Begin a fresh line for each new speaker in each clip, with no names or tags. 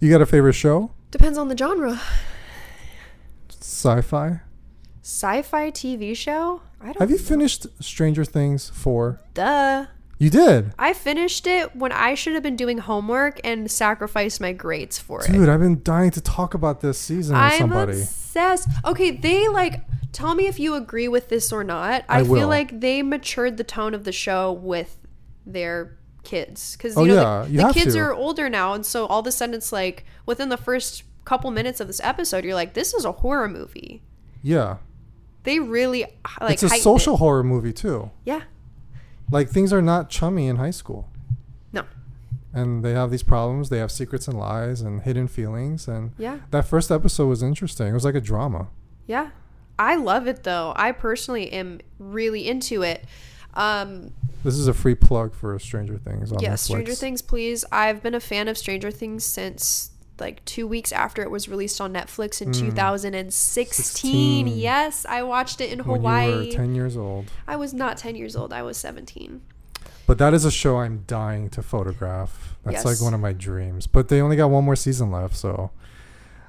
You got a favorite show?
Depends on the genre.
Sci-fi.
Sci-fi TV show? I don't
Have you finished Stranger Things four?
Duh.
You did,
I finished it when I should have been doing homework and sacrificed my grades for it.
dude. I've been dying to talk about this season with
I'm
somebody.
obsessed. Okay, they like tell me if you agree with this or not. I,
I
feel
will.
like they matured the tone of the show with their kids because you
Oh,
know
yeah,
the,
you
the
have
kids
to.
are older now, and so all of a sudden it's like within the first couple minutes of this episode, you're like, this is a horror movie.
yeah,
They really like
it's a
heightened it.
social horror movie too.
Yeah,
Like things are not chummy in high school,
no,
and they have these problems. They have secrets and lies and hidden feelings. And
yeah,
that first episode was interesting. It was like a drama.
yeah. I love it though. I personally am really into it. Um,
This is a free plug for Stranger Things on
Yes,
Netflix.
Stranger Things, please. I've been a fan of Stranger Things since like two weeks after it was released on Netflix
Hmm.
in 2016.
16.
Yes, I watched it in
When you were
Hawaii.
ten years old.
I was not 10 years old, I was 17.
But that is a show I'm dying to photograph. That's
Yes.
like one of my dreams. But they only got one more season left, so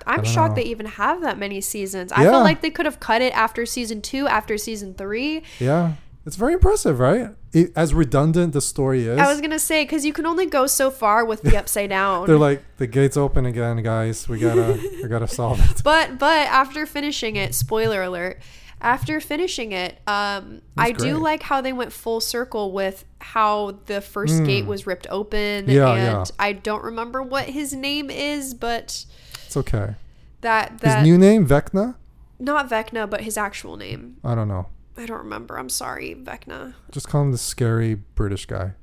I'm
don't
shocked
know.
they even have that many seasons. I
Yeah.
feel like they could have cut it after season two, after season three.
yeah, it's very impressive, right? It, as redundant the story is,
I was going to say, because you can only go so far with the upside down.
they're like the gates open again, guys. We gotta, we gotta solve it.
but but after finishing it spoiler alert after finishing it um i do
great.
like how they went full circle with how the first gate was ripped open
Hmm. Yeah,
and
yeah.
i don't remember what his name is but
It's okay.
that
His
that
new name, Vecna.
not vecna but his actual name
I don't know.
i don't remember i'm sorry vecna
Just call him the scary British guy.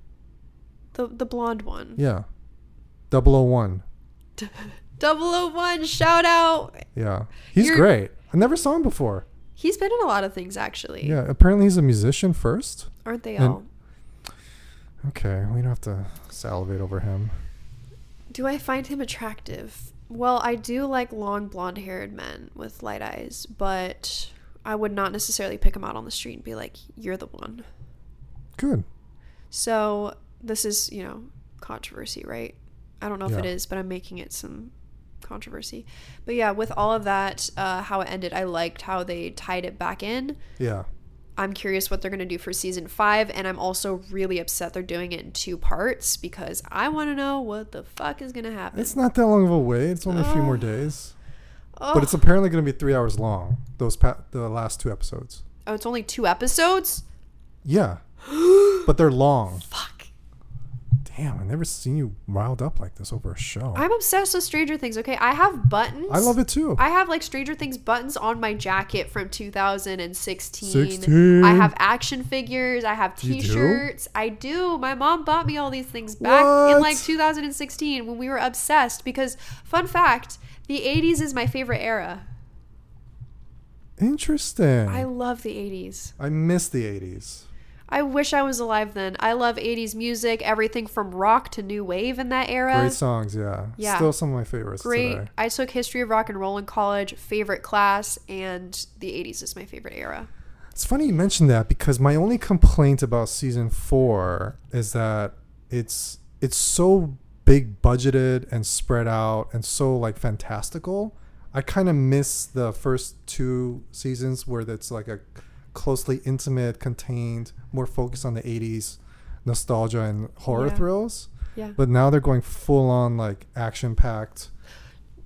the the blonde one
Yeah, 001.
001 shout out
Yeah, he's
You're-
great. I never saw him before.
he's been in a lot of things actually
Yeah, apparently he's a musician first.
aren't they
And-
all
Okay, we don't have to salivate over him.
Do I find him attractive? Well, I do like long blonde haired men with light eyes, but I would not necessarily pick him out on the street and be like, you're the one.
Good.
So this is, you know, controversy, right? I don't know if it
Yeah.
is, but I'm making it some controversy. But yeah, with all of that, uh, how it ended, I liked how they tied it back in.
Yeah.
I'm curious what they're going to do for season five, and I'm also really upset they're doing it in two parts because I want to know what the fuck is going to happen.
It's not that long of a wait. It's only a few more
Ugh. Oh.
days,
Ugh.
but it's apparently going to be three hours long. Those pa- the last two episodes.
Oh, it's only two episodes?
Yeah, but they're long.
Fuck.
Damn, I never seen you riled up like this over a show. I,
I'm obsessed with Stranger Things, okay? I have buttons.
love it too.
I have like Stranger Things buttons on my jacket from 2016.
16.
I have action figures. I have
You do?
t shirts. I do. My mom bought me all these things back in like
What?
2016 when we were obsessed because, fun fact, the 80s is my favorite era.
Interesting.
I
I,
love the 80s.
miss the '80s.
I wish I was alive then. I love 80s music, everything from rock to new wave in that era.
Great songs, yeah.
yeah.
Still some of my favorites
great.
today.
I took history of rock and roll in college, favorite class, and the 80s is my favorite era.
It's funny you mentioned that because my only complaint about season four is that it's it's so big budgeted and spread out and so like fantastical. I kind of miss the first two seasons where that's like a closely intimate, contained, more focused on the '80s nostalgia and horror
Yeah.
thrills.
Yeah.
But now they're going full on like action packed.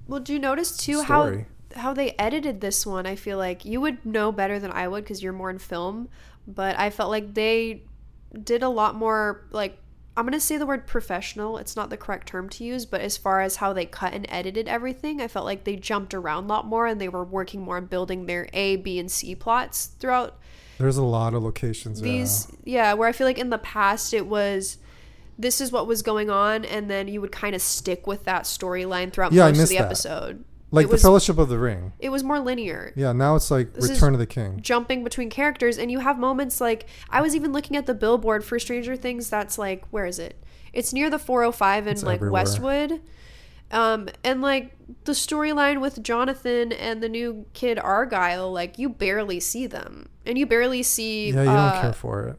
Well, do you notice too
Story.
how how they edited this one? I feel like you would know better than I would because you're more in film, but I felt like they did a lot more like I'm gonna say the word professional. It's not the correct term to use, but as far as how they cut and edited everything, I felt like they jumped around a lot more and they were working more on building their A, B, and C plots throughout
There's a lot of locations.
these yeah where i feel like in the past it was this is what was going on and then you would kind of stick with that storyline throughout
Yeah, I
most of
missed
the
that.
episode
yeah. like
it
the
was
Fellowship of the Ring.
it was more linear
Yeah, now it's like
This is-
Return of the King.
jumping between characters and you have moments like i was even looking at the billboard for stranger things that's like where is it it's near the 405 in like
everywhere.
westwood um and like the storyline with jonathan and the new kid argyle like you barely see them and you barely see
Yeah, you
uh,
don't care for it.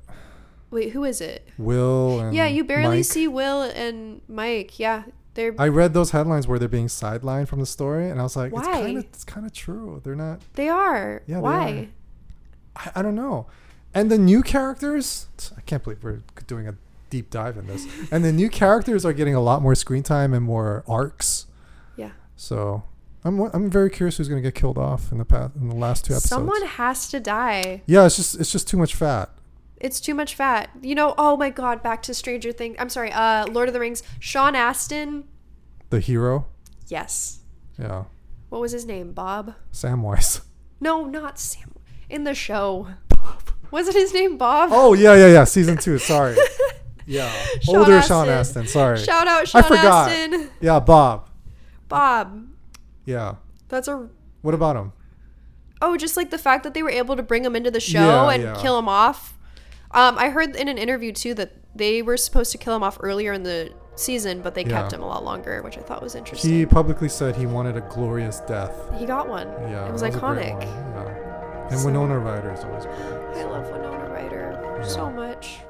wait who is it
Will and
Yeah, you barely
Mike.
see Will and Mike. Yeah, They're
I read those headlines where they're being sidelined from the story, and I was like,
Why?
it's kind of it's kind of true. They're not.
they are.
Yeah, they
Why?
I, I don't know. And the new characters, I can't believe we're doing a deep dive in this. and the new characters are getting a lot more screen time and more arcs.
Yeah.
So I'm wa- I'm very curious who's gonna get killed off in the past in the last two episodes.
Someone has to die.
Yeah, it's just it's just too much fat.
It's too much fat. You know, oh my god, back to Stranger Things. I'm sorry, uh Lord of the Rings. Sean Astin.
The hero,
Yes.
yeah,
What was his name? Bob?
Samwise.
No, not Sam. In the show. Wasn't his name Bob?
Oh yeah, yeah, yeah. Season two. Sorry. Yeah,
Sean
older Sean
Astin.
Astin. Sorry.
Shout out Sean
forgot.
Astin.
yeah, Bob.
Bob.
Yeah.
That's a
What about him?
Oh, just like the fact that they were able to bring him into the show
Yeah,
and
yeah.
kill him off. Um, I heard in an interview too that they were supposed to kill him off earlier in the season, but they kept
Yeah.
him a lot longer, which I thought was interesting.
He
He,
publicly said he wanted a glorious death.
got one.
Yeah,
it was
that a great
iconic.
one. Yeah. And
So-
Winona Ryder is always great.
I love Winona Ryder so much.